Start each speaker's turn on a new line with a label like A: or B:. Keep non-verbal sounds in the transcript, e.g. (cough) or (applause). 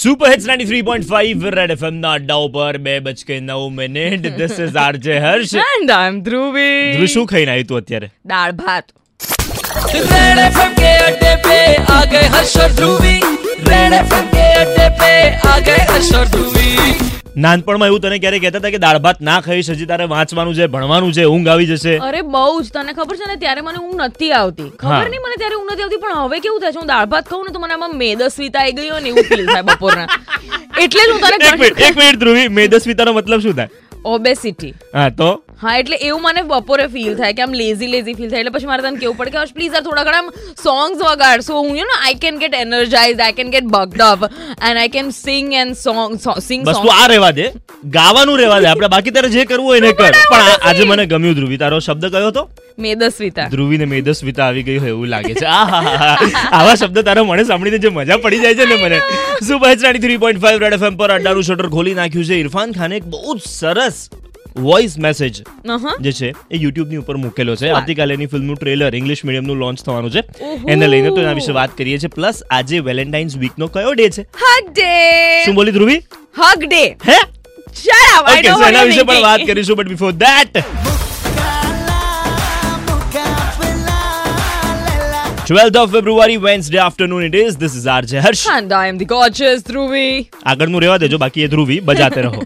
A: Super hits 93.5 red FM ના અડ્ડા ઉપર બે બજકે નવ minute This is RJ Harsh
B: And I'm Dhruvi.
A: Dhruv શું ખાઈને આવ્યું તું અત્યારે
B: દાળ ભાત
C: रेड एफएम के अड्डे पे आ गए हर्ष और ध्रुवी रेड एफएम के अड्डे पे आ गए हर्ष और ध्रुवी
A: નાનપણમાં એવું તને ક્યારે કહેતા હતા કે દાળ ભાત ના ખાઈશ હજી તારે વાંચવાનું છે ભણવાનું છે ઊંઘ આવી જશે
B: અરે બહુ જ તને ખબર છે ને ત્યારે મને ઊંઘ નથી આવતી
A: હા.
B: ખબર નહીં મને ત્યારે ઊંઘ નથી આવતી પણ હવે કેવું થાય છે હું દાળ ભાત ખાઉં ને તો મને આમાં મેદસ્વીતા આવી ગઈ હોય ને એવું ફીલ થાય બપોરના
A: (laughs)
B: એટલે જ હું તને
A: એક મિનિટ એક મિનિટ ધ્રુવી મેદસ્વીતાનો મતલબ શું થાય
B: ઓબેસિટી
A: હા તો
B: હા એટલે એવું મને બપોરે ફીલ થાય કે આમ લેઝી લેઝી ફીલ થાય એટલે પછી મારે તને કેવું પડે કે હર્ષ પ્લીઝ યાર થોડા ઘણા સોંગ્સ વગાડ સો હું you know I can get energize I can get bugged up and I can sing and song sing
A: બસ તું
B: સોંગ
A: આ રહેવા દે ગાવાનું રહેવા દે આપણે બાકી તારે જે કરવું હોય એને કર
B: પણ I
A: પણ આ-
B: wanna
A: આજે
B: sing.
A: મને ગમ્યું ધ્રુવી તારો શબ્દ કયો હતો
B: મેદસ્વીતા
A: ધ્રુવીને મેદસ્વીતા આવી ગઈ હોય એવું લાગે છે આહાહા. આવા શબ્દ તારા મને સાંભળીને જે મજા પડી જાય છે ને મને super hits three point five red FM પર અડ્ડાનું શટર ખોલી નાખ્યું છે ઇરફાન ખાને એક બહુ જ સરસ વોઇસ મેસેજ
B: અહં.
A: જે છે એ YouTube ની ઉપર મૂકેલો છે
B: વાત.
A: આવતીકાલે એની ફિલ્મનું ટ્રેલર ઇંગ્લિશ મીડિયમનું લોન્ચ થવાનું છે
B: ઓહો.
A: એને લઈને તો એના વિશે વાત કરીએ છીએ પ્લસ આજે વેલેન્ટાઇન્સ વીકનો કયો ડે છે
B: હગ ડે
A: શું બોલી Dhruvi
B: hug day
A: hey
B: shut up I
A: okay
B: don't
A: so એના વિશે પણ વાત કરીશું but before that twelfth of February Wednesday afternoon it is this is R J Harsh
B: And I am the gorgeous Dhruvi.
A: આગળનું રહેવા દેજો બાકી એ ધ્રુવી બજાતે રહો